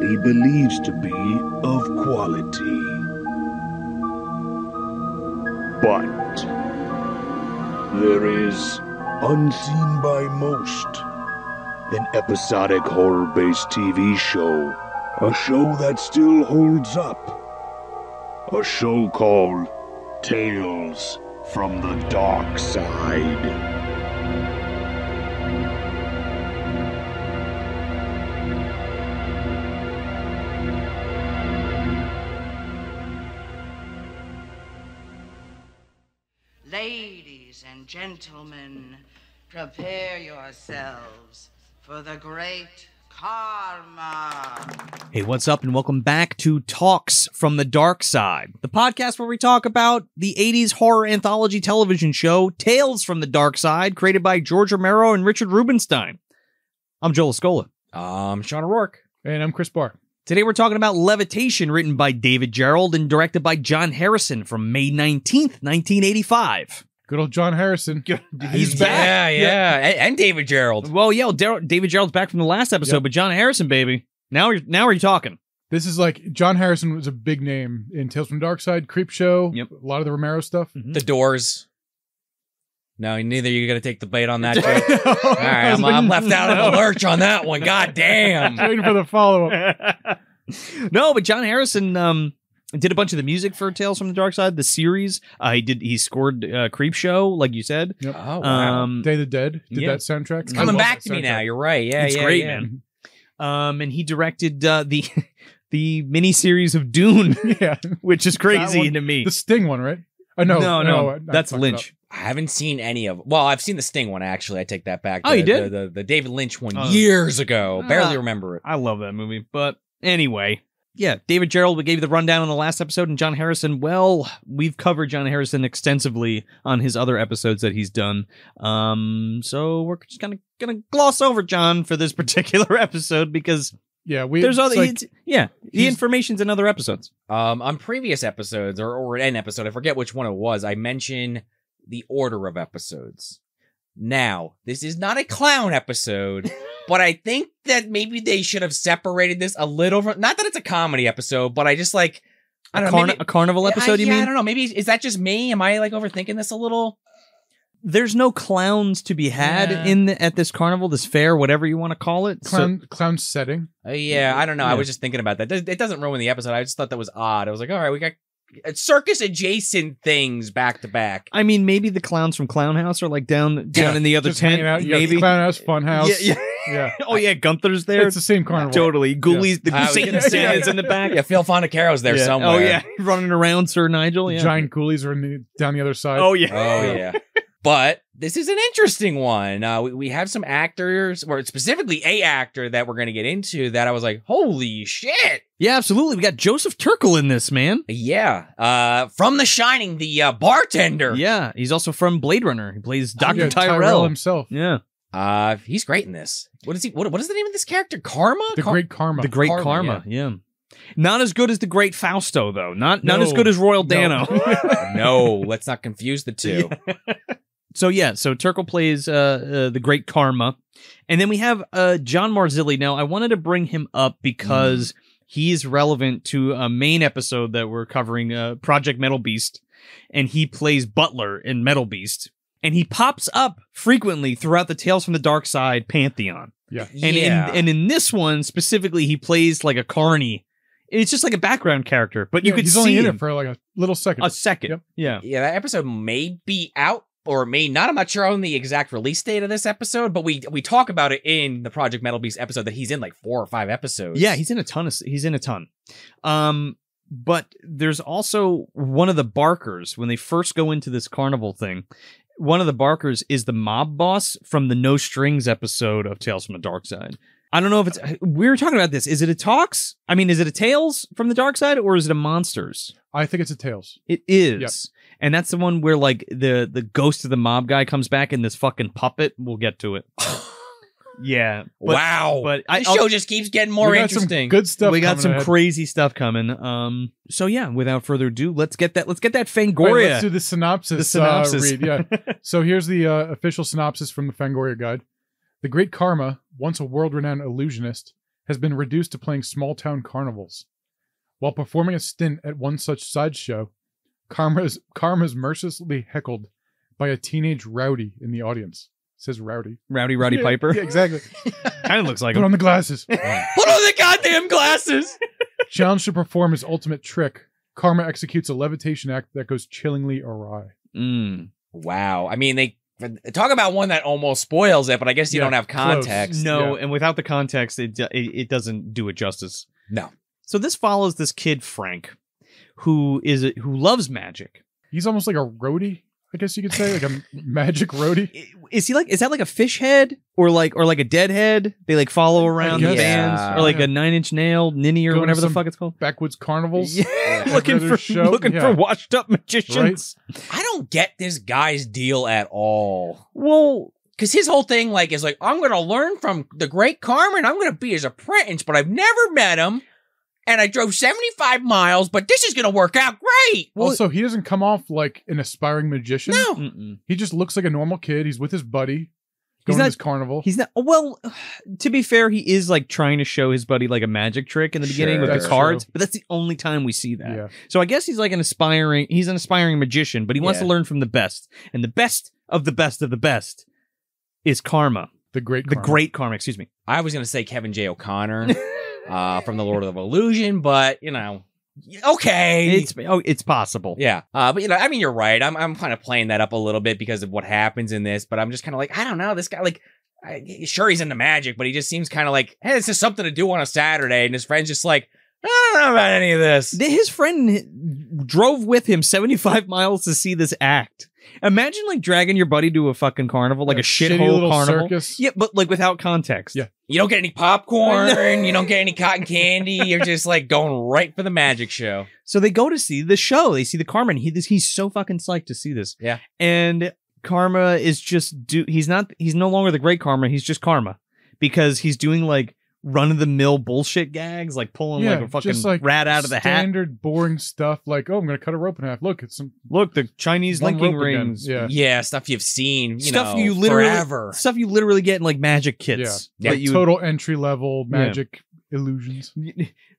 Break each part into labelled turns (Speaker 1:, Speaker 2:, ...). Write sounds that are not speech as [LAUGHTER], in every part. Speaker 1: he believes to be of quality. But there is, unseen by most, an episodic horror based TV show. A show that still holds up. A show called Tales from the Dark Side.
Speaker 2: Ladies and gentlemen, prepare yourselves for the great karma.
Speaker 3: Hey, what's up, and welcome back to Talks from the Dark Side, the podcast where we talk about the 80s horror anthology television show Tales from the Dark Side, created by George Romero and Richard Rubinstein. I'm Joel Scola.
Speaker 4: Um, Sean O'Rourke.
Speaker 5: And I'm Chris Barr.
Speaker 3: Today we're talking about Levitation, written by David Gerald and directed by John Harrison from May 19th, 1985.
Speaker 5: Good old John Harrison.
Speaker 3: He's back. Mm-hmm.
Speaker 4: Yeah, yeah, And, and David Gerald.
Speaker 3: Well, yeah, Dar- David Gerald's back from the last episode,
Speaker 5: Yep.
Speaker 3: but John Harrison, baby, now you're, now you're talking.
Speaker 5: This is like John Harrison was a big name in Tales from the Dark Side, Creep Show,
Speaker 3: Yep.
Speaker 5: a lot of the Romero stuff.
Speaker 4: The Doors. No, neither of you are gonna take the bait on
Speaker 3: [LAUGHS]
Speaker 4: that. joke. [LAUGHS] All
Speaker 5: [LAUGHS] All
Speaker 4: right, I'm, I'm left out of the lurch on that one. God
Speaker 3: [LAUGHS]
Speaker 4: damn. Oh,
Speaker 5: Waiting for the follow up.
Speaker 3: no, but John Harrison um, did a bunch of the music for Tales from the Dark Side, the series. Uh, he did. He scored uh, Creep Show, like you said.
Speaker 4: Oh wow.
Speaker 3: Um,
Speaker 5: Day of the Dead did
Speaker 3: Yeah.
Speaker 5: that soundtrack.
Speaker 3: It's
Speaker 4: it's
Speaker 5: I
Speaker 4: coming
Speaker 5: love
Speaker 4: back
Speaker 5: that
Speaker 4: to me
Speaker 5: soundtrack.
Speaker 4: now. You're right. Yeah,
Speaker 3: It's
Speaker 4: yeah,
Speaker 3: great,
Speaker 4: yeah.
Speaker 3: man. um, and he directed uh, the [LAUGHS] the miniseries of Dune, [LAUGHS]
Speaker 5: [LAUGHS] Yeah.
Speaker 3: which is crazy
Speaker 5: one-
Speaker 3: to me.
Speaker 5: The Sting one, right? Uh, no,
Speaker 3: no, no,
Speaker 5: I- I
Speaker 3: that's
Speaker 5: fucked
Speaker 3: Lynch.
Speaker 4: I haven't seen any of. Well, I've seen the Sting one actually. I take that back.
Speaker 3: Oh,
Speaker 4: the,
Speaker 3: you did?
Speaker 4: the, the, the David Lynch one
Speaker 3: Oh.
Speaker 4: years ago. Barely
Speaker 3: Ah.
Speaker 4: remember it.
Speaker 3: I love that movie, but anyway. Yeah, David Gerald, we gave you the rundown on the last episode, and John Harrison. Well, we've covered John Harrison extensively on his other episodes that he's done. Um, so we're just kind of gonna gloss over John for this [LAUGHS] particular episode because
Speaker 5: Up. Yeah, we
Speaker 3: there's
Speaker 5: it's
Speaker 3: other
Speaker 5: like-
Speaker 3: it's- yeah the
Speaker 5: he's-
Speaker 3: information's in other episodes
Speaker 4: Um, on previous episodes or or an episode, I forget which one it was. I mentioned the order of episodes. Now, this is not a
Speaker 3: [LAUGHS]
Speaker 4: clown episode, but I think that maybe they should have separated this a little from. Not that it's a comedy episode, but I just like I
Speaker 3: a,
Speaker 4: don't know.
Speaker 3: carni-
Speaker 4: maybe-
Speaker 3: a carnival episode
Speaker 4: I,
Speaker 3: you
Speaker 4: yeah, I
Speaker 3: mean
Speaker 4: don't know. Maybe is that just me? Am I like overthinking this a little?
Speaker 3: there's no clowns to be had
Speaker 4: Yeah.
Speaker 3: in the, at this carnival this fair whatever you want to call it So-
Speaker 5: clown clown setting.
Speaker 4: Uh, yeah, I don't know. I
Speaker 3: Mm-hmm. Yeah.
Speaker 4: was just thinking about that. It doesn't ruin the episode. I just thought that was odd. I was like, all right, we got circus adjacent things back to back.
Speaker 3: i mean maybe the clowns from clown house are like down down in the other
Speaker 5: Just
Speaker 3: tent
Speaker 5: hanging out. You got
Speaker 3: maybe
Speaker 5: Clown House, Fun House.
Speaker 3: Yeah,
Speaker 5: yeah.
Speaker 3: oh yeah gunther's there
Speaker 5: It's the same carnival.
Speaker 3: totally ghoulies the
Speaker 4: I was
Speaker 3: satan
Speaker 4: gonna say-
Speaker 3: stands in the back
Speaker 4: Yeah, Phil Fondacaro's there
Speaker 3: Yeah.
Speaker 4: somewhere.
Speaker 3: oh yeah [LAUGHS] running around sir nigel
Speaker 5: The
Speaker 3: yeah
Speaker 5: Giant ghoulies are in the, down the other
Speaker 3: [LAUGHS]
Speaker 5: side.
Speaker 3: oh yeah [LAUGHS]
Speaker 4: Oh yeah. But this is an interesting one. Uh, we, we have some actors, or specifically a actor that we're going to get into that I was like, holy shit.
Speaker 3: yeah absolutely we got joseph turkel in this man
Speaker 4: Yeah. Uh, from The Shining, the uh, bartender.
Speaker 3: yeah he's also from blade runner he plays dr
Speaker 5: Yeah,
Speaker 3: tyrell,
Speaker 5: himself.
Speaker 3: yeah
Speaker 4: Uh, he's great in this. What is he? What, what is the name of this character? Karma?
Speaker 5: The
Speaker 4: Kar-
Speaker 5: Great Karma.
Speaker 3: The Great Karma,
Speaker 4: Karma,
Speaker 3: yeah. Not as good as the Great Fausto, though. Not not as
Speaker 5: No.
Speaker 3: good as Royal
Speaker 5: No. [LAUGHS]
Speaker 3: Dano.
Speaker 4: no, let's not confuse
Speaker 3: [LAUGHS]
Speaker 4: the two.
Speaker 3: so yeah, so Turkle plays uh, uh, the Great Karma, and then we have uh, John Marzilli. Now I wanted to bring him up because
Speaker 5: Mm-hmm.
Speaker 3: he's relevant to a main episode that we're covering, uh, Project Metal Beast, and he plays Butler in Metal Beast, and he pops up frequently throughout the Tales from the Dark Side pantheon. And
Speaker 4: yeah.
Speaker 3: in, and in this one specifically, he plays like a carny. It's just like a background character, but you
Speaker 5: Yeah,
Speaker 3: could
Speaker 5: he's
Speaker 3: see
Speaker 5: only in
Speaker 3: him
Speaker 5: it for like a little second.
Speaker 3: a second.
Speaker 5: Yep.
Speaker 3: Yeah.
Speaker 4: yeah, that episode may be out or may not. I'm not sure on the exact release date of this episode, but we we talk about it in the Project Metal Beast episode that he's in like four or five episodes.
Speaker 3: Yeah,
Speaker 4: [SIGHS]
Speaker 3: he's [SIGHS] in a ton of he's in a ton. Um but there's also one of the barkers when they first go into this carnival thing. One of the barkers is the mob boss from the No Strings episode of Tales from the Dark Side. I don't know if it's we were talking about this. Is it a talks? I mean, is it a Tales from the Dark Side or is it a Monsters?
Speaker 5: I think it's a Tails.
Speaker 3: It is. And that's the one where like the the ghost of the mob guy comes back in this fucking puppet. We'll get to it. Yeah. But
Speaker 4: wow.
Speaker 3: but I-
Speaker 4: the
Speaker 3: I'll-
Speaker 4: Oh, show just keeps getting more
Speaker 5: we got
Speaker 4: interesting.
Speaker 5: Some good stuff.
Speaker 3: we got
Speaker 5: coming
Speaker 3: some
Speaker 5: ahead.
Speaker 3: crazy stuff coming. Um so yeah, without further ado, let's get that let's get that
Speaker 5: All right,
Speaker 3: Fangoria.
Speaker 5: let's do the synopsis.
Speaker 3: The synopsis.
Speaker 5: Uh, read. Yeah. so here's the uh, official synopsis from the Fangoria Guide. The Great Karma, once a world-renowned illusionist, has been reduced to playing small town carnivals. While performing a stint at one such sideshow, Karma is, Karma is mercilessly heckled by a teenage rowdy in the audience. It says rowdy.
Speaker 3: [LAUGHS] Rowdy Roddy
Speaker 5: Yeah,
Speaker 3: Piper.
Speaker 5: Yeah, exactly.
Speaker 3: Kind of looks [LAUGHS] like
Speaker 5: Put
Speaker 3: him.
Speaker 5: on
Speaker 3: [LAUGHS]
Speaker 5: the
Speaker 4: [LAUGHS]
Speaker 5: glasses.
Speaker 4: Put on the goddamn glasses.
Speaker 5: Challenged to perform his ultimate trick, Karma executes a levitation act that goes chillingly awry.
Speaker 3: Mm.
Speaker 4: Wow. I mean, they talk about one that almost spoils it, but I guess you
Speaker 5: Yeah,
Speaker 4: don't have
Speaker 5: close.
Speaker 4: context.
Speaker 3: No, and without the context, it, it it doesn't do it justice.
Speaker 4: No.
Speaker 3: So this follows this kid Frank, who is a, who loves magic.
Speaker 5: He's almost like a roadie, I guess you could say,
Speaker 3: [LAUGHS]
Speaker 5: like a magic roadie.
Speaker 3: I- Is he like? Is that like a fish head or like or like a dead head? They like follow around the
Speaker 5: guess.
Speaker 3: bands or like
Speaker 5: Yeah.
Speaker 3: a nine inch nail, ninny or
Speaker 5: Going to
Speaker 3: whatever the
Speaker 5: some
Speaker 3: fuck it's called.
Speaker 5: Backwoods carnivals.
Speaker 3: [LAUGHS] Yeah,
Speaker 5: I'd
Speaker 3: looking
Speaker 5: rather
Speaker 3: for
Speaker 5: show-
Speaker 3: looking
Speaker 5: yeah.
Speaker 3: for washed up magicians.
Speaker 4: I don't get this guy's deal at all.
Speaker 3: Well,
Speaker 4: Because his whole thing, like, is like, I'm going to learn from the great Carmen. I'm going to be his apprentice, but I've never met him. And I drove 75 miles, but this is going to work out great. Well,
Speaker 5: Also, he doesn't come off like an aspiring magician.
Speaker 4: no.
Speaker 3: mm-mm.
Speaker 5: He just looks like a normal kid. He's with his buddy going
Speaker 3: not-
Speaker 5: to this carnival.
Speaker 3: he's not. Well, to be fair, he is like trying to show his buddy like a magic trick in the beginning
Speaker 4: Sure.
Speaker 3: with
Speaker 5: That's
Speaker 3: the cards,
Speaker 5: true.
Speaker 3: but that's the only time we see that.
Speaker 5: yeah.
Speaker 3: So I guess he's like an aspiring. He's an aspiring magician, but he wants
Speaker 4: Yeah.
Speaker 3: to learn from the best, and the best of the best of the best is Karma,
Speaker 5: The great
Speaker 3: the
Speaker 5: Karma.
Speaker 3: great Karma. Excuse me.
Speaker 4: I was going to say Kevin
Speaker 3: [LAUGHS]
Speaker 4: J. O'Connor uh, from The Lord of Illusion, but, you know, okay.
Speaker 3: It's oh, it's possible.
Speaker 4: Yeah. Uh, but you know, I mean, you're right. I'm I'm kind of playing that up a little bit because of what happens in this. But I'm just kind of like, I don't know, this guy like. I, sure, he's into magic, but he just seems kind of like, hey, this is something to do on a Saturday, and his friend's just like, I don't know about any of this.
Speaker 3: Th- His friend drove with him 75 miles to see this act. Imagine like dragging your buddy to a fucking carnival, like a,
Speaker 5: A shitty
Speaker 3: shithole
Speaker 5: little
Speaker 3: carnival.
Speaker 5: circus.
Speaker 3: Yeah, but like without context.
Speaker 5: Yeah.
Speaker 4: You don't get
Speaker 3: [LAUGHS]
Speaker 4: any popcorn, you don't get any cotton candy. You're just like going right for the magic show.
Speaker 3: So they go to see the show. They see the Karma. And he this, he's so fucking psyched to see this.
Speaker 4: Yeah.
Speaker 3: And Karma is just do. He's not. He's no longer the great Karma. He's just Karma because he's doing like run of the mill bullshit gags, like pulling
Speaker 5: Yeah,
Speaker 3: like a fucking
Speaker 5: just, like,
Speaker 3: rat out of the hat.
Speaker 5: Standard boring stuff like, oh, I'm going to cut a rope in half. Look, it's some
Speaker 3: Look, the Chinese
Speaker 5: one
Speaker 3: linking
Speaker 5: rope again.
Speaker 3: rings.
Speaker 5: Yeah.
Speaker 4: Yeah, stuff you've seen,
Speaker 3: Uh,
Speaker 4: you
Speaker 3: Stuff
Speaker 4: know,
Speaker 3: you literally-
Speaker 4: forever.
Speaker 3: Stuff you literally get in like magic kits.
Speaker 4: Yeah.
Speaker 3: that you would
Speaker 5: Total entry level magic
Speaker 3: [LAUGHS]
Speaker 5: illusions.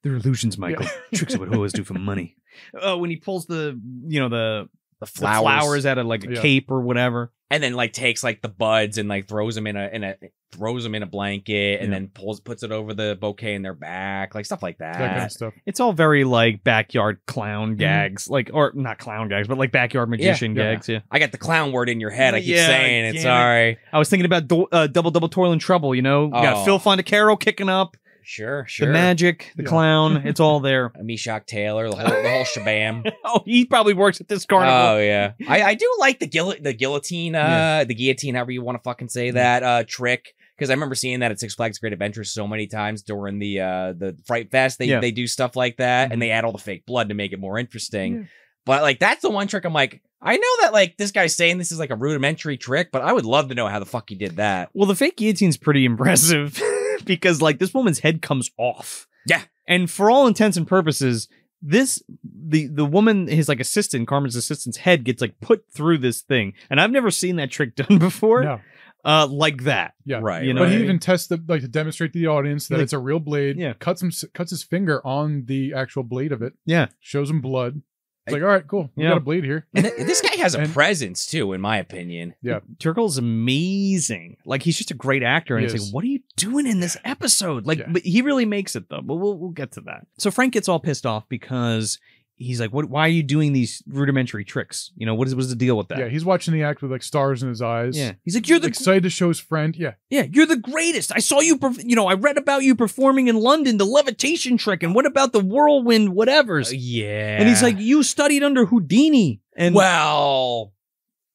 Speaker 3: They're illusions, Michael. Tricks of what hoas [LAUGHS] do for money. Uh, when he pulls the, you know, the,
Speaker 4: The
Speaker 3: the flowers. out of like a
Speaker 5: Yeah.
Speaker 3: cape or whatever.
Speaker 4: and then like takes like the buds and like throws them in a in a throws them in a blanket and
Speaker 3: Yeah.
Speaker 4: then pulls puts it over the bouquet in their back like stuff like that.
Speaker 5: That kind of stuff.
Speaker 3: It's all very like backyard clown gags, like or not clown gags, but like backyard magician
Speaker 5: yeah.
Speaker 3: gags. Mm-hmm. Yeah,
Speaker 4: I got the clown word in your head. I keep
Speaker 3: Yeah,
Speaker 4: saying it.
Speaker 3: damn it.
Speaker 4: Sorry.
Speaker 3: I was thinking about do- uh, double double toil and trouble. You know, you
Speaker 4: Oh.
Speaker 3: got Phil Fondacaro kicking up
Speaker 4: Sure, sure.
Speaker 3: the magic, the
Speaker 5: Yeah.
Speaker 3: clown. It's all there. [LAUGHS]
Speaker 4: Meshock Taylor, the whole the whole shabam.
Speaker 3: oh, he probably works at this carnival.
Speaker 4: Oh yeah, I, I do like the guillo- the guillotine, uh, the guillotine, however you want to fucking
Speaker 3: Mm.
Speaker 4: say that uh, trick. Because I remember seeing that at Six Flags Great Adventure so many times during the uh, the Fright Fest. They
Speaker 3: Yeah.
Speaker 4: they do stuff like that,
Speaker 3: Mhm.
Speaker 4: and they add all the fake blood to make it more interesting.
Speaker 5: Yeah.
Speaker 4: But like that's the one trick I'm like, I know that like this guy's saying this is like a rudimentary trick, but I would love to know how the fuck he did that.
Speaker 3: Well, the fake guillotine's pretty impressive [LAUGHS] because like this woman's head comes off.
Speaker 4: Yeah.
Speaker 3: And for all intents and purposes, this the the woman his like assistant, Carmen's assistant's head gets like put through this thing. And I've never seen that trick [LAUGHS] done before
Speaker 5: No.
Speaker 3: uh like that.
Speaker 5: Yeah.
Speaker 4: Right,
Speaker 3: You know
Speaker 5: but
Speaker 3: what
Speaker 5: he
Speaker 3: I
Speaker 5: even tests the like to demonstrate to the audience that
Speaker 3: Like-
Speaker 5: it's a real blade.
Speaker 3: Yeah.
Speaker 5: Cuts him cuts his finger on the actual blade of it.
Speaker 3: Yeah.
Speaker 5: Shows him blood. It's like, all right, cool. We
Speaker 3: Yeah.
Speaker 5: got a blade here.
Speaker 4: And th- this guy has a
Speaker 5: And-
Speaker 4: presence too, in my opinion.
Speaker 3: Turkle's amazing. Like he's just a great actor and it's
Speaker 5: He is.
Speaker 3: like what are you doing in this episode? Like
Speaker 5: Yeah.
Speaker 3: but he really makes it though. But we'll we'll get to that. So Frank gets all pissed off because he's like what why are you doing these rudimentary tricks? You know, what is what's the deal with that?
Speaker 5: Yeah, he's watching the act with like stars in his eyes.
Speaker 3: Yeah. He's like, you're the
Speaker 5: excited to show his friend. Yeah,
Speaker 3: yeah, you're the greatest. I saw you, perf- you know, I read about you performing in London, the levitation trick, and what about the whirlwind, whatever's.
Speaker 4: Uh, yeah.
Speaker 3: And he's like, you studied under Houdini. And
Speaker 4: well,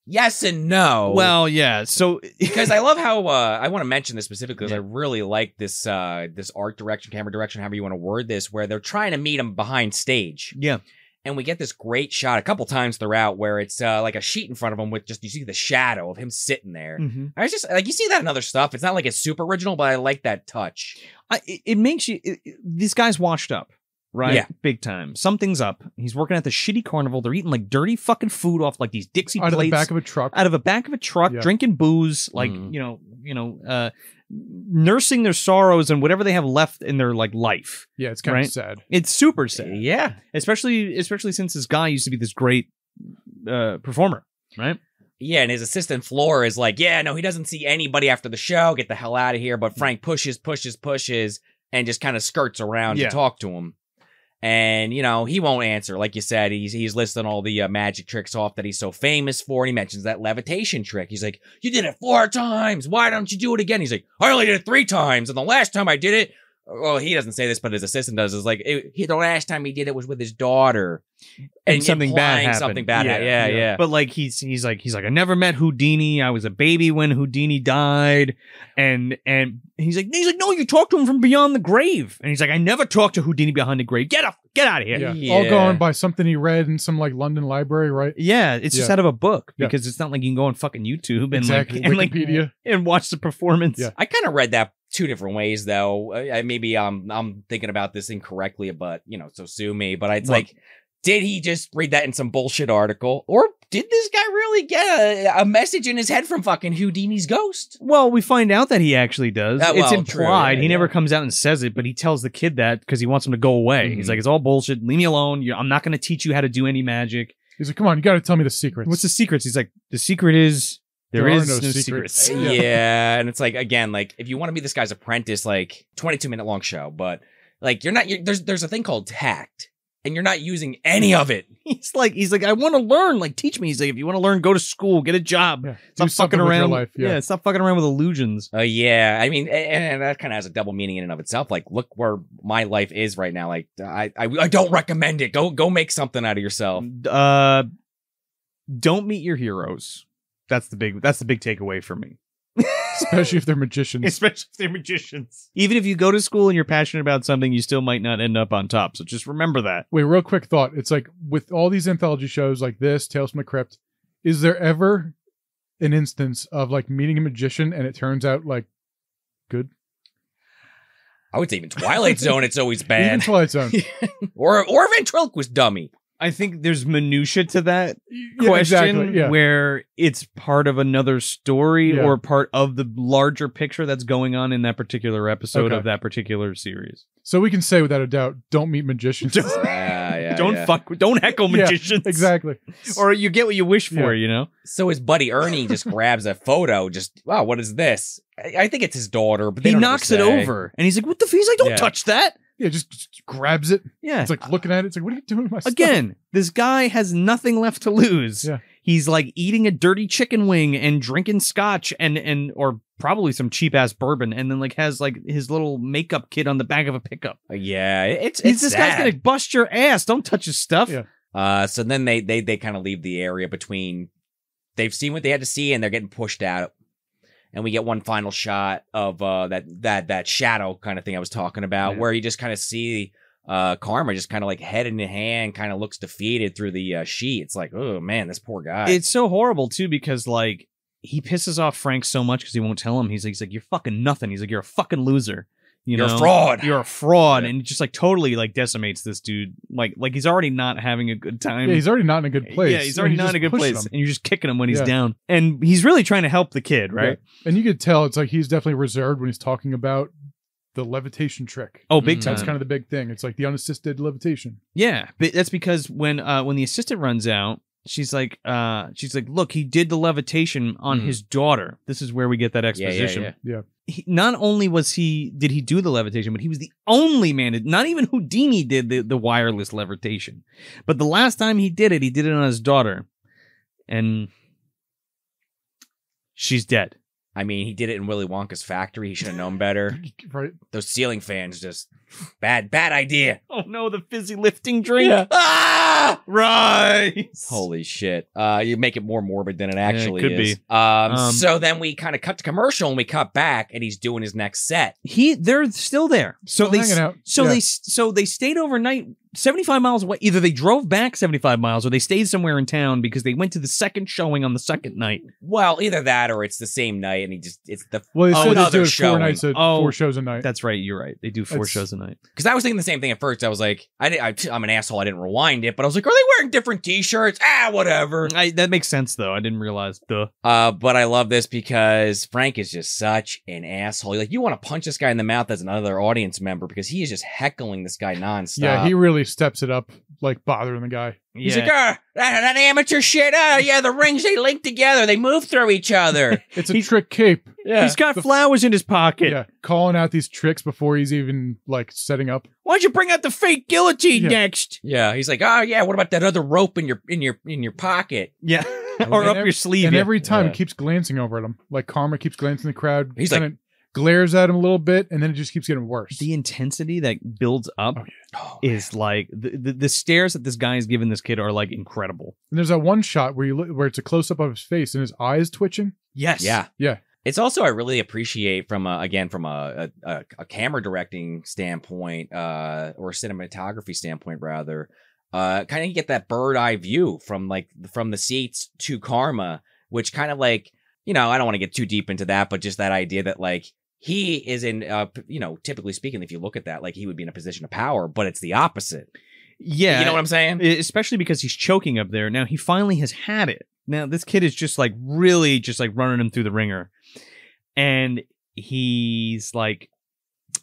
Speaker 4: yes and no.
Speaker 3: well, yeah. So [LAUGHS]
Speaker 4: because I love how uh, I want to mention this specifically because
Speaker 3: Yeah.
Speaker 4: I really like this uh, this art direction, camera direction, however you want to word this, where they're trying to meet him behind stage,
Speaker 3: yeah,
Speaker 4: and we get this great shot a couple times throughout where it's uh, like a sheet in front of him with just you see the shadow of him sitting there.
Speaker 3: Mhm.
Speaker 4: I was just like you see that in other stuff. It's not like it's super original, but I like that touch.
Speaker 3: I, it, it makes you. It, it- this guy's washed up, right?
Speaker 4: Yeah.
Speaker 3: big time. Something's up. He's working at the shitty carnival. They're eating like dirty fucking food off like these Dixie
Speaker 5: out of
Speaker 3: plates
Speaker 5: the back of a truck.
Speaker 3: out of a back of a truck,
Speaker 5: Yeah.
Speaker 3: drinking booze, like
Speaker 4: Mhm.
Speaker 3: you know, you know, uh, nursing their sorrows and whatever they have left in their like life.
Speaker 5: Yeah, it's kind
Speaker 3: Right.
Speaker 5: of sad.
Speaker 3: It's super sad,
Speaker 4: Yeah.
Speaker 3: especially especially since this guy used to be this great uh, performer, right?
Speaker 4: Yeah, and his assistant Floor is like, yeah, no, he doesn't see anybody after the show. Get the hell out of here. But Frank pushes, pushes, pushes, and just kind of skirts around
Speaker 3: Yeah.
Speaker 4: to talk to him. And you know he won't answer. Like you said, he's he's listing all the uh, magic tricks off that he's so famous for, and he mentions that levitation trick. He's like, "You did it four times. Why don't you do it again?" He's like, "I only did it three times, and the last time I did it, well, he doesn't say this, but his assistant does. Is like, it, he, the last time he did it was with his daughter,
Speaker 3: And something bad
Speaker 4: implying
Speaker 3: happened.
Speaker 4: Something bad.
Speaker 3: Yeah,
Speaker 4: Yeah, yeah,
Speaker 5: yeah.
Speaker 4: yeah.
Speaker 3: But like he's he's like he's like I never met Houdini. I was a baby when Houdini died, and and he's like he's like no, you talked to him from beyond the grave, and he's like I never talked to Houdini behind the grave. Get up, get out of here.
Speaker 5: Yeah.
Speaker 3: Yeah,
Speaker 5: All
Speaker 4: Yeah.
Speaker 5: going by something he read in some like London library, right?
Speaker 3: it's just
Speaker 5: Yeah.
Speaker 3: out of a book
Speaker 5: Yeah.
Speaker 3: because it's not like you can go on fucking YouTube and
Speaker 5: Exactly.
Speaker 3: like [LAUGHS] and like
Speaker 5: Wikipedia.
Speaker 3: and watch the performance.
Speaker 5: Yeah.
Speaker 4: I kind of read that two different ways, though. I, I- maybe I'm I'm thinking about this incorrectly, but you know, so sue me. But it's
Speaker 3: Well-
Speaker 4: like, did he just read that in some bullshit article, or did this guy really get a, a message in his head from fucking Houdini's ghost?
Speaker 3: Well, we find out that he actually does.
Speaker 4: Uh,
Speaker 3: it's
Speaker 4: well, true,
Speaker 3: implied.
Speaker 4: yeah,
Speaker 3: he never
Speaker 4: yeah.
Speaker 3: comes out and says it, but he tells the kid that because he wants him to go away. He's
Speaker 4: Mhm.
Speaker 3: like, "It's all bullshit. Leave me alone. You- I'm not going to teach you how to do any magic."
Speaker 5: He's like, come on, you got to tell me the secrets.
Speaker 3: What's the secrets? He's like, "The secret is there
Speaker 5: There are
Speaker 3: is
Speaker 5: no
Speaker 3: no,
Speaker 5: secrets."
Speaker 3: secrets."
Speaker 4: yeah. and it's like again like if you want to be this guy's apprentice like 22 minute long show but like you're not you're, there's there's a thing called tact and you're not using any of it
Speaker 3: [LAUGHS] he's like, "He's like, I want to learn. Like, teach me." He's like, "If you want to learn, go to school, get a job.
Speaker 5: Yeah. Do
Speaker 3: Stop
Speaker 5: something
Speaker 3: fucking
Speaker 5: with your
Speaker 3: around.
Speaker 5: life. Yeah.
Speaker 3: stop fucking around with illusions."
Speaker 4: uh, yeah i mean a- and, and that kind of has a double meaning in and of itself like look where my life is right now like uh, I, I i don't recommend it go go make something out of yourself
Speaker 3: Uh, don't meet your heroes. That's the big. That's the big takeaway for
Speaker 5: [LAUGHS]
Speaker 3: me.
Speaker 5: Especially if they're [LAUGHS] magicians.
Speaker 3: especially if they're magicians. Even if you go to school and you're passionate about something, you still might not end up on top. So just remember that.
Speaker 5: Wait, real quick thought. It's like with all these anthology shows like this, Tales from the Crypt, is there ever an instance of like meeting a magician and it turns out like good?
Speaker 4: i would say even twilight zone
Speaker 3: [LAUGHS]
Speaker 4: it's always
Speaker 5: Even
Speaker 4: bad
Speaker 5: Twilight Zone.
Speaker 4: or or ventriloquist
Speaker 3: [LAUGHS]
Speaker 4: dummy
Speaker 3: I think there's minutia to that
Speaker 5: Yeah,
Speaker 3: question
Speaker 5: exactly, yeah.
Speaker 3: where it's part of another story
Speaker 5: Yeah.
Speaker 3: or part of the larger picture that's going on in that particular episode
Speaker 5: Okay.
Speaker 3: of that particular series.
Speaker 5: So we can say without a doubt, don't meet magicians.
Speaker 3: Don't-
Speaker 4: yeah, yeah,
Speaker 3: don't
Speaker 4: yeah.
Speaker 3: fuck don't heckle
Speaker 5: Yeah,
Speaker 3: magicians.
Speaker 5: [LAUGHS] exactly.
Speaker 3: Or you get what you wish for, you know?
Speaker 4: So his buddy
Speaker 3: [LAUGHS]
Speaker 4: Ernie just grabs a photo. Just wow, what is this? I, I think it's his daughter, but they
Speaker 3: he
Speaker 4: don't ever
Speaker 3: knocks it
Speaker 4: say.
Speaker 3: over and he's like, What the f he's like, Don't
Speaker 4: Yeah.
Speaker 3: touch that.
Speaker 5: Yeah, just, just grabs it.
Speaker 3: Yeah. [LAUGHS]
Speaker 5: It's like looking at it. It's like, what are you doing with my stuff?
Speaker 3: Again, this guy has nothing left to lose.
Speaker 5: Yeah.
Speaker 3: He's like eating a dirty chicken wing and drinking scotch and and or probably some cheap ass bourbon and then like has like his little makeup kit on the back of a pickup.
Speaker 4: Uh, Yeah, it's
Speaker 3: He's
Speaker 4: it's
Speaker 3: this
Speaker 4: sad.
Speaker 3: guy's gonna bust your ass. Don't touch his stuff.
Speaker 5: Yeah.
Speaker 4: Uh, so then they they they kind of leave the area between. They've seen what they had to see, and they're getting pushed out. And we get one final shot of uh that that that shadow kind of thing I was talking about,
Speaker 3: Yeah.
Speaker 4: where you just kind of see uh Karma just kind of like head in hand, kind of looks defeated through the uh, sheet. It's like, oh man, this poor guy.
Speaker 3: It's so horrible too because like he pisses off Frank so much because he won't tell him. He's like, he's like, you're fucking nothing. He's like, you're a fucking loser. You
Speaker 4: You're
Speaker 3: know?
Speaker 4: a fraud.
Speaker 3: You're a fraud,
Speaker 4: Yeah.
Speaker 3: and it just like totally like decimates this dude. Like like he's already not having a good time.
Speaker 5: Yeah, he's already not in a good place.
Speaker 3: Yeah, he's already
Speaker 5: and you
Speaker 3: not
Speaker 5: just
Speaker 3: in a good
Speaker 5: push
Speaker 3: place,
Speaker 5: him.
Speaker 3: and you're just kicking him when he's
Speaker 5: Yeah.
Speaker 3: down. And he's really trying to help the kid, right?
Speaker 5: And you could tell it's like he's definitely reserved when he's talking about the levitation trick.
Speaker 3: Oh, big time.
Speaker 4: Mm.
Speaker 5: Mm-hmm. That's kind of the big thing. It's like the unassisted levitation.
Speaker 3: yeah, but that's because when uh when the assistant runs out, she's like, uh she's like, look, he did the levitation on
Speaker 5: Mhm.
Speaker 3: his daughter. This is where we get that
Speaker 4: Yeah, yeah,
Speaker 3: exposition.
Speaker 4: yeah.
Speaker 3: He, not only was he did he do the levitation, but he was the only man. that- Not even Houdini did the the wireless levitation. But the last time he did it, he did it on his daughter, and she's dead.
Speaker 4: I mean, he did it in Willy Wonka's factory. He should have known better.
Speaker 3: [LAUGHS]
Speaker 5: Right?
Speaker 4: those ceiling fans just bad bad idea
Speaker 3: [LAUGHS] Oh no, the fizzy lifting drink.
Speaker 4: ah!
Speaker 3: Rise.
Speaker 4: holy shit uh you make it more morbid than it actually
Speaker 3: could
Speaker 4: is
Speaker 3: be.
Speaker 4: Um,
Speaker 3: Um,
Speaker 4: so then we kind of cut to commercial and we cut back and he's doing his next set
Speaker 3: He they're still there. So
Speaker 5: Still
Speaker 3: they
Speaker 5: hanging out.
Speaker 3: so
Speaker 5: Yeah.
Speaker 3: they so they stayed overnight 75 miles away. Either they drove back 75 miles or they stayed somewhere in town because they went to the second showing on the second night.
Speaker 4: well either that or it's the same night and he just it's the
Speaker 5: Well, they
Speaker 4: Oh,
Speaker 5: said
Speaker 4: no,
Speaker 5: they do
Speaker 4: they're
Speaker 5: it four
Speaker 4: showing.
Speaker 5: nights, a,
Speaker 3: Oh,
Speaker 5: four shows a night.
Speaker 3: That's right, you're right. They do four
Speaker 5: That's-
Speaker 3: shows a night.
Speaker 4: Because I was thinking the same thing at first. I was like, I, di- I I'm an asshole. I didn't rewind it, but I was like, are they wearing different T-shirts? Ah, whatever.
Speaker 3: I, that makes sense though. I didn't realize the
Speaker 4: Uh, but I love this because Frank is just such an asshole. Like you want to punch this guy in the mouth as another audience member because he is just heckling this guy nonstop.
Speaker 5: Yeah, he really steps it up, like bothering the guy.
Speaker 4: He's like, ah, that, that amateur shit. Ah, yeah, the rings they link together. They move through each other.
Speaker 5: It's a
Speaker 3: He-
Speaker 5: trick cape.
Speaker 4: yeah.
Speaker 3: he's got flowers in his pocket.
Speaker 5: Yeah, calling out these tricks before he's even like setting up.
Speaker 3: Why don't you bring out the fake guillotine
Speaker 5: Yeah.
Speaker 3: next?
Speaker 4: Yeah, he's like, oh yeah. What about that other rope in your in your in your pocket?
Speaker 3: Yeah, [LAUGHS] or
Speaker 4: And
Speaker 3: up
Speaker 5: ev-
Speaker 3: your sleeve.
Speaker 5: and
Speaker 3: yeah.
Speaker 5: every time
Speaker 4: Yeah.
Speaker 5: he keeps glancing over at him. Like Karma keeps glancing at the crowd.
Speaker 4: He's like-
Speaker 5: kinda glares at him a little bit, and then it just keeps getting worse.
Speaker 3: the intensity that builds up
Speaker 5: Oh,
Speaker 4: Oh,
Speaker 3: is like the, the the stares that this guy is giving this kid are like incredible.
Speaker 5: and there's that one shot where you look, where it's a close up of his face and his eyes twitching.
Speaker 3: Yes.
Speaker 4: Yeah.
Speaker 5: Yeah.
Speaker 4: It's also I really appreciate from a, again from a, a- a a camera directing standpoint uh or cinematography standpoint rather uh kind of get that bird eye view from like from the seats to karma which kind of like you know I don't want to get too deep into that but just that idea that like he is in uh p- you know typically speaking if you look at that like he would be in a position of power but it's the opposite
Speaker 3: Yeah. e,
Speaker 4: you know what I'm saying
Speaker 3: Especially because he's choking up there. Now he finally has had it. Now this kid is just like really just like running him through the ringer. And he's like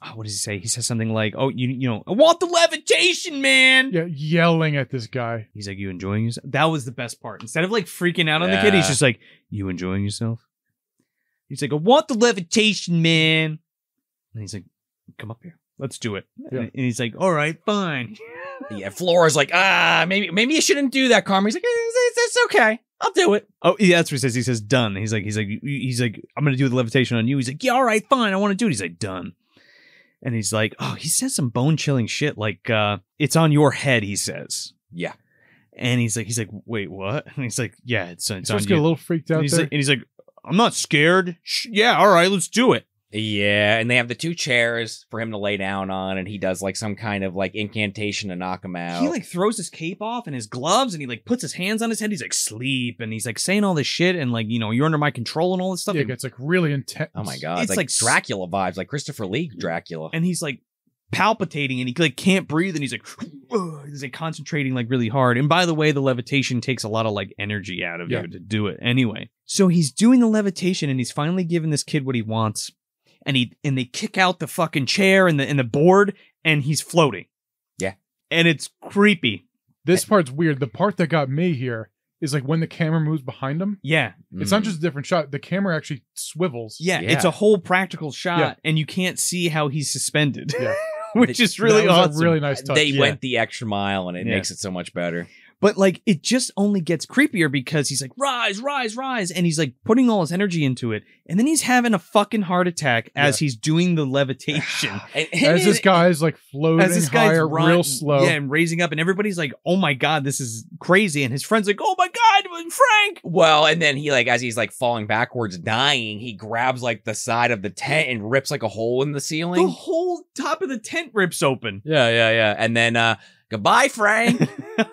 Speaker 3: oh, what does he say? He says something like, "Oh, you you know, I want the levitation, man."
Speaker 5: Yeah, yelling at this guy.
Speaker 3: He's like, "You enjoying yourself?" That was the best part. Instead of like freaking out on the kid, he's
Speaker 4: Yeah.
Speaker 3: just like, "You enjoying yourself?" He's like, "I want the levitation, man." And he's like, "Come up here, let's do it."
Speaker 5: Yeah.
Speaker 3: And he's like, "All right, fine."
Speaker 4: yeah Flora's uh, like ah maybe maybe you shouldn't do that Karma he's like "Eh, it's, it's it's okay I'll do it
Speaker 3: Oh, yeah, that's what he says. He says, "Done." He's like, he's like, you- he's like, "I'm gonna do the levitation on you." He's like, "Yeah, all right, fine, I want to do it." He's like, "Done." And he's like, "Oh, he says some bone chilling shit. Like, uh, it's on your head." He says,
Speaker 4: yeah
Speaker 3: and he's like, he's like, "Wait, what?" And he's like, "Yeah, it's,
Speaker 5: He
Speaker 3: it's on
Speaker 5: starts
Speaker 3: you."
Speaker 5: getting a little freaked out
Speaker 3: and he's
Speaker 5: there.
Speaker 3: like, and he's like, I'm not scared. Sh- yeah, all right, let's do it.
Speaker 4: Yeah, and they have the two chairs for him to lay down on, and he does like some kind of like incantation to knock him out.
Speaker 3: He like throws his cape off and his gloves, and he like puts his hands on his head. He's like sleep, and he's like saying all this shit, and like you know you're under my control and all this stuff.
Speaker 5: yeah, it gets like really intense.
Speaker 4: oh my god,
Speaker 3: it's
Speaker 4: it's like,
Speaker 3: like s-
Speaker 4: Dracula vibes, like Christopher Lee Dracula.
Speaker 3: and he's like palpitating, and he like can't breathe, and he's like he's like concentrating like really hard. And by the way, the levitation takes a lot of like energy out of
Speaker 5: Yeah.
Speaker 3: you to do it anyway. So he's doing the levitation, and he's finally giving this kid what he wants, and he and they kick out the fucking chair and the and the board, and he's floating.
Speaker 4: Yeah.
Speaker 3: and it's creepy.
Speaker 5: This part's weird. The part that got me here is like when the camera moves behind him.
Speaker 3: Yeah.
Speaker 5: It's
Speaker 4: Mm.
Speaker 5: not just a different shot. The camera actually swivels.
Speaker 3: Yeah,
Speaker 4: Yeah.
Speaker 3: it's a whole practical shot,
Speaker 5: Yeah.
Speaker 3: and you can't see how he's suspended, [LAUGHS]
Speaker 5: Yeah.
Speaker 3: which is really
Speaker 5: that was
Speaker 3: awesome.
Speaker 5: A really nice touch.
Speaker 4: they
Speaker 5: yeah.
Speaker 4: went the extra mile, and it
Speaker 3: Yeah.
Speaker 4: makes it so much better.
Speaker 3: but like, it just only gets creepier because he's like, "Rise, rise, rise," and he's like putting all his energy into it, and then he's having a fucking heart attack as he's doing the
Speaker 5: [SIGHS]
Speaker 3: levitation.
Speaker 4: And,
Speaker 5: As this guy's like floating
Speaker 3: As this guy's
Speaker 5: higher,
Speaker 3: ri-
Speaker 5: real slow.
Speaker 3: yeah, and raising up, and everybody's like, "Oh my god, this is crazy!" And his friends like, "Oh my god, Frank!"
Speaker 4: well, and then he like as he's like falling backwards, dying, he grabs like the side of the tent and rips like a hole in the
Speaker 3: The
Speaker 4: ceiling.
Speaker 3: whole top of the tent rips
Speaker 5: [LAUGHS]
Speaker 3: open.
Speaker 4: yeah, yeah, yeah. And then uh goodbye, Frank.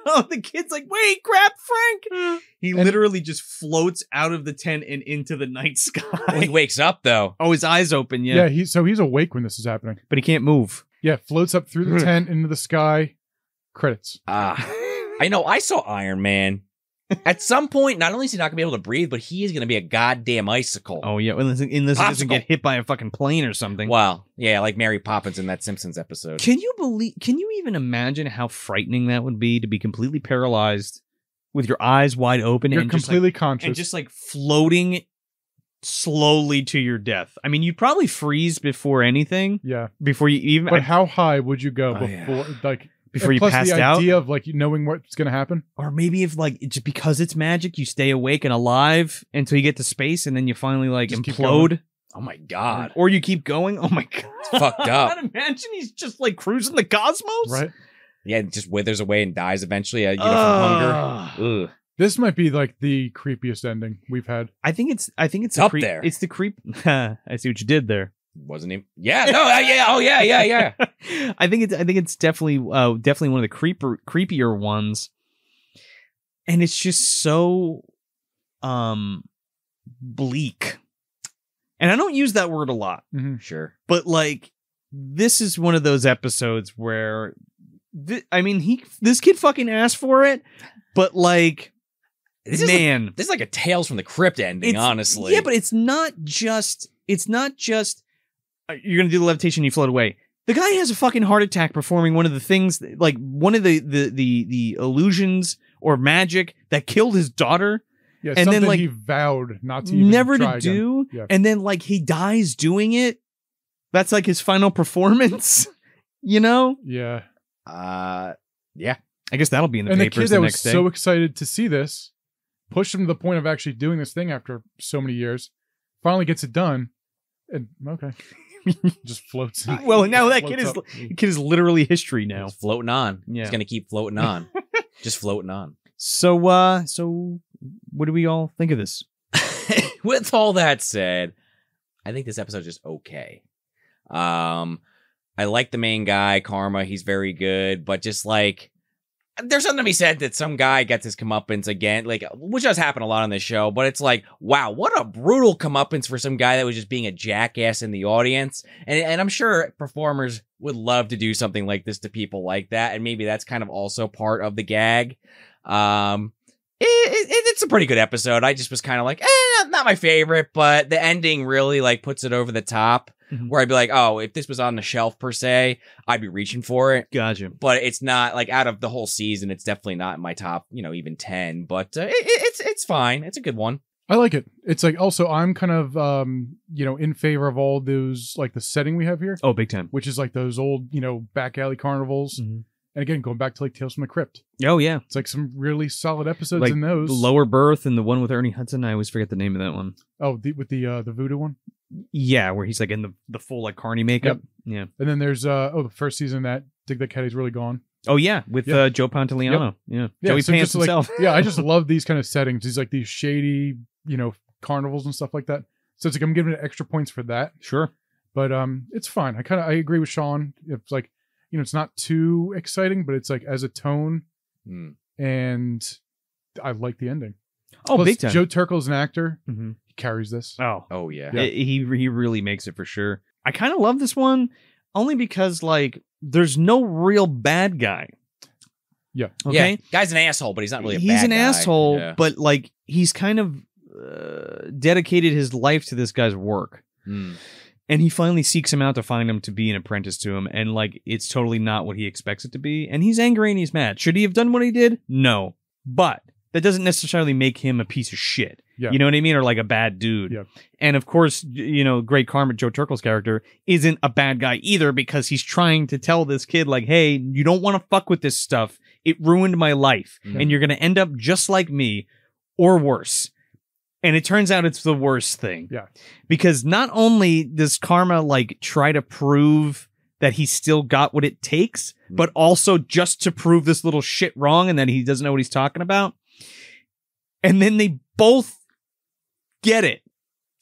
Speaker 3: oh, [LAUGHS] the kid's like, wait, crap, Frank. He
Speaker 5: And-
Speaker 3: literally just floats out of the tent and into the night [LAUGHS]
Speaker 4: Well, he
Speaker 3: sky.
Speaker 4: wakes up though.
Speaker 3: oh, his eyes open, yeah.
Speaker 5: yeah. he so he's awake when this is happening.
Speaker 3: But he can't move.
Speaker 5: Yeah, floats up through
Speaker 3: [LAUGHS]
Speaker 5: the tent into the sky. Credits.
Speaker 4: Ah, I know. I saw Iron Man. At some point, not only is he not gonna be able to breathe, but he is gonna be a goddamn icicle.
Speaker 3: Oh, yeah. Unless, unless he doesn't
Speaker 4: Popsicle.
Speaker 3: get hit by a fucking plane or something.
Speaker 4: well, yeah, like Mary Poppins in that Simpsons episode.
Speaker 3: Can you believe, can you even imagine how frightening that would be to be completely paralyzed with your eyes wide open
Speaker 5: You're
Speaker 3: and,
Speaker 5: completely
Speaker 3: just like, and
Speaker 5: conscious.
Speaker 3: just like floating slowly to your death? I mean, you'd probably freeze before anything,
Speaker 5: yeah.
Speaker 3: before you even,
Speaker 5: But how high would you go
Speaker 4: Oh,
Speaker 5: before
Speaker 4: yeah.
Speaker 5: like
Speaker 3: [LAUGHS] before you
Speaker 5: plus
Speaker 3: passed
Speaker 5: the
Speaker 3: out.
Speaker 5: idea of like knowing what's gonna happen?
Speaker 3: or maybe if like it's because it's magic, you stay awake and alive until you get to space, and then you finally like
Speaker 5: Just keep
Speaker 3: implode,
Speaker 4: Oh my god.
Speaker 3: [LAUGHS] or you keep going. Oh my [LAUGHS] god,
Speaker 4: fucked up.
Speaker 3: I'd imagine he's just like cruising the cosmos,
Speaker 5: Right?
Speaker 4: Yeah, it just withers away and dies eventually. Uh, you know,
Speaker 3: Ugh.
Speaker 4: from hunger. Ugh.
Speaker 5: This might be like the creepiest ending we've had.
Speaker 3: I think it's. I think it's
Speaker 4: Up
Speaker 3: a creep.
Speaker 4: there.
Speaker 3: It's the creep. [LAUGHS] I see what you did there.
Speaker 4: Wasn't he? Yeah. No. uh, yeah. Oh yeah. Yeah.
Speaker 3: [LAUGHS]
Speaker 4: Yeah.
Speaker 3: I think it's. I think it's definitely. Uh, definitely one of the creeper, creepier ones. And it's just so, um, bleak. And I don't use that word a lot.
Speaker 5: Mm-hmm.
Speaker 4: sure.
Speaker 3: but like this is one of those episodes where thi- I mean, he this kid fucking asked for it, but like
Speaker 4: This is like,
Speaker 3: man,
Speaker 4: this is like a Tales from the Crypt ending,
Speaker 3: It's-
Speaker 4: honestly.
Speaker 3: yeah, but it's not just it's not just uh, you're gonna do the levitation, you float away. The guy has a fucking heart attack performing one of the things, that- like one of the the the, the illusions or magic that killed his daughter,
Speaker 5: Yeah,
Speaker 3: And then,
Speaker 5: something
Speaker 3: like,
Speaker 5: he vowed not to even
Speaker 3: never
Speaker 5: try
Speaker 3: to
Speaker 5: again.
Speaker 3: do,
Speaker 5: Yeah.
Speaker 3: and then like he dies doing it. That's like his final [LAUGHS] performance, you know.
Speaker 5: Yeah,
Speaker 4: uh,
Speaker 3: I guess that'll be in the
Speaker 5: and the kid
Speaker 3: papers the,
Speaker 5: that was
Speaker 3: next day. [LAUGHS]
Speaker 5: so [LAUGHS] excited to see this pushed him to the point of actually doing this thing after so many years. Finally gets it done, and okay, just floats. in.
Speaker 3: [LAUGHS] well, now that kid
Speaker 5: Floats
Speaker 3: is
Speaker 5: up.
Speaker 3: kid is literally history now.
Speaker 4: it's floating on.
Speaker 3: Yeah.
Speaker 4: It's gonna keep
Speaker 3: [LAUGHS]
Speaker 4: floating on. Just floating on.
Speaker 3: So, uh, so what do we all think of this?
Speaker 4: [LAUGHS] With all that said, I think this episode is just okay. Um, I like the main guy, Karma. He's very good, but just like there's something to be said that some guy gets his comeuppance again, like which does happen a lot on this show. But it's like, wow, what a brutal comeuppance for some guy that was just being a jackass in the audience. And and I'm sure performers would love to do something like this to people like that, and maybe that's kind of also part of the gag. Um, it, it, it's a pretty good episode. I just was kind of like, eh, not, not my favorite, but the ending really like puts it over the top.
Speaker 3: Mhm.
Speaker 4: Where I'd be like, oh, if this was on the shelf per se, I'd be reaching for it
Speaker 3: Gotcha.
Speaker 4: but it's not like out of the whole season. It's definitely not in my top, you know, even ten. But uh, it, it- it's it's fine. It's a good one.
Speaker 5: I like it. It's like also I'm kind of um you know in favor of all those like the setting we have here,
Speaker 3: Oh, big time.
Speaker 5: which is like those old you know back alley carnivals,
Speaker 3: Mhm.
Speaker 5: and again going back to like Tales from the Crypt.
Speaker 3: Oh yeah,
Speaker 5: It's like some really solid episodes
Speaker 3: Like,
Speaker 5: in those.
Speaker 3: the lower birth and the one with Ernie Hudson. I always forget the name of that one.
Speaker 5: oh, the, with the uh the voodoo one,
Speaker 3: Yeah, where he's like in the the full like carny makeup. Yeah.
Speaker 5: and then there's uh oh the first season that Dig the Caddy's really gone.
Speaker 3: Oh yeah, with
Speaker 5: Yep.
Speaker 3: uh, Joe Pantoliano. Yeah.
Speaker 5: Yeah,
Speaker 3: Joey
Speaker 5: so
Speaker 3: Pants
Speaker 5: just like-
Speaker 3: himself.
Speaker 5: [LAUGHS] yeah, I just love these kind of settings. These like these shady, you know, carnivals and stuff like that. So it's like I'm giving it extra points for that.
Speaker 3: [LAUGHS] sure.
Speaker 5: But um it's fine. I kind of I agree with Sean. It's like, you know, it's not too exciting, but it's like as a tone
Speaker 4: Mm,
Speaker 5: and I like the ending.
Speaker 3: Oh,
Speaker 5: Plus,
Speaker 3: big time.
Speaker 5: Joe Turkle's an actor.
Speaker 3: Mhm.
Speaker 5: He carries this.
Speaker 3: Oh,
Speaker 4: Oh yeah.
Speaker 3: It- he he really makes it for sure. I kind of love this one only because like there's no real bad guy.
Speaker 5: Yeah.
Speaker 3: Okay.
Speaker 4: Yeah. Guy's an asshole, but he's not really. A
Speaker 3: he's
Speaker 4: bad
Speaker 3: an
Speaker 4: guy.
Speaker 3: asshole,
Speaker 4: Yeah.
Speaker 3: but like he's kind of uh, dedicated his life to this guy's work.
Speaker 4: Hmm.
Speaker 3: And he finally seeks him out to find him to be an apprentice to him, and like it's totally not what he expects it to be. And he's angry and he's mad. Should he have done what he did? No, but that doesn't necessarily make him a piece of shit.
Speaker 5: Yeah.
Speaker 3: You know what I mean? Or like a bad dude.
Speaker 5: Yeah.
Speaker 3: And of course, y- you know, Great Karma, Joe Turkle's character, isn't a bad guy either because he's trying to tell this kid, like, hey, you don't want to fuck with this stuff. It ruined my life.
Speaker 4: Yeah.
Speaker 3: And you're going to end up just like me or worse. And it turns out it's the worst thing.
Speaker 5: Yeah.
Speaker 3: Because not only does Karma like try to prove that he still got what it takes,
Speaker 4: Mm.
Speaker 3: but also just to prove this little shit wrong and that he doesn't know what he's talking about. And then they both get it.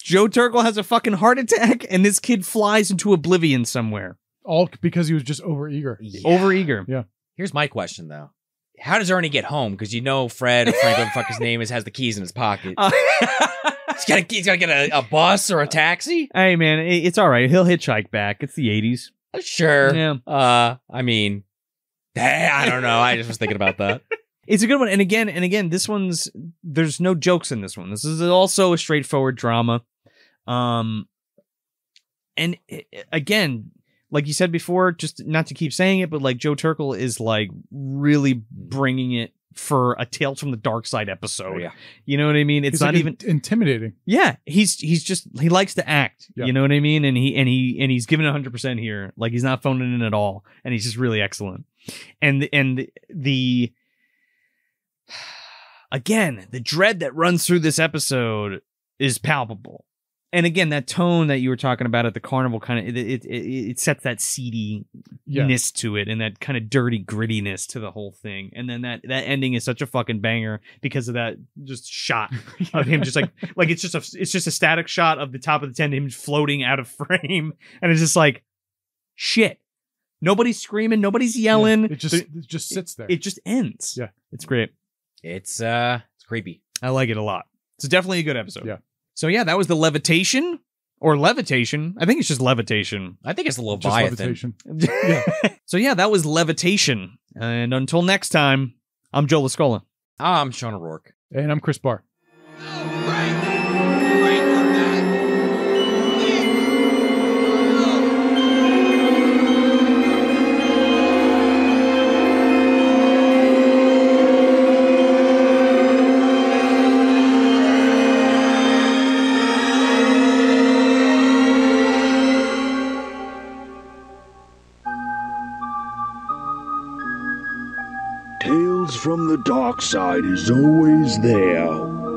Speaker 3: Joe Turkle has a fucking heart attack and this kid flies into oblivion somewhere.
Speaker 5: All because he was just over eager.
Speaker 4: Yeah.
Speaker 3: Over e
Speaker 4: [LAUGHS]
Speaker 3: Overeager. [LAUGHS]
Speaker 4: Here's my question though. How does Ernie get home? Because you know Fred or Frank, whatever the
Speaker 3: [LAUGHS]
Speaker 4: fuck his name is, has the keys in his pocket.
Speaker 3: Uh,
Speaker 4: he's gotta he's gotta get a, a bus or a taxi.
Speaker 3: hey man, it- it's all right. He'll hitchhike back. It's the 80s.
Speaker 4: Sure.
Speaker 3: Yeah.
Speaker 4: Uh, I mean, eh, I don't know. I just was thinking about
Speaker 5: [LAUGHS]
Speaker 4: that.
Speaker 3: It's a good one. And again, and again, this one's there's no jokes in this one. This is also a straightforward drama. Um and i- i- again, like you said before, just not to keep saying it, but like Joe Turkle is like really bringing it for a Tales from the Dark Side
Speaker 5: Oh,
Speaker 3: episode. You know what I mean? It's
Speaker 5: He's,
Speaker 3: not
Speaker 5: like,
Speaker 3: even
Speaker 5: in- intimidating.
Speaker 3: yeah, he's he's just he likes to act.
Speaker 5: Yeah.
Speaker 3: You know what I mean? And he and he and he's giving 100% here. Like he's not phoning in at all and he's just really excellent. And and the [SIGHS] again, the dread that runs through this episode is palpable. And again, that tone that you were talking about at the carnival kind of it it, it, it sets that seedy
Speaker 5: Yeah.
Speaker 3: ness to it and that kind of dirty grittiness to the whole thing. And then that that ending is such a fucking banger because of that just
Speaker 5: [LAUGHS]
Speaker 3: shot of him just like like it's just a it's just a static shot of the top of the tent him floating out of [LAUGHS] frame and it's just like shit. Nobody's screaming, nobody's yelling.
Speaker 5: It just [LAUGHS]
Speaker 3: it,
Speaker 5: it just sits there.
Speaker 3: it just ends.
Speaker 5: Yeah.
Speaker 3: It's great.
Speaker 4: It's uh, it's creepy.
Speaker 3: I like it a lot. It's definitely a good episode.
Speaker 5: Yeah.
Speaker 3: So yeah, that was the levitation or levitation. I think it's just levitation.
Speaker 4: I think it's
Speaker 5: Just
Speaker 4: Leviathan.
Speaker 5: levitation.
Speaker 3: so yeah, that was levitation. And until next time, I'm Joe Lascola.
Speaker 4: Ah, I'm Sean O'Rourke.
Speaker 5: And I'm Chris Barr.
Speaker 1: Tales from the Dark Side is always there,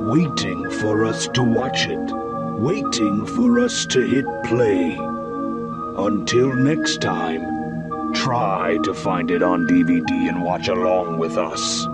Speaker 1: waiting for us to watch it, waiting for us to hit play. Until next time, try to find it on DVD and watch along with us.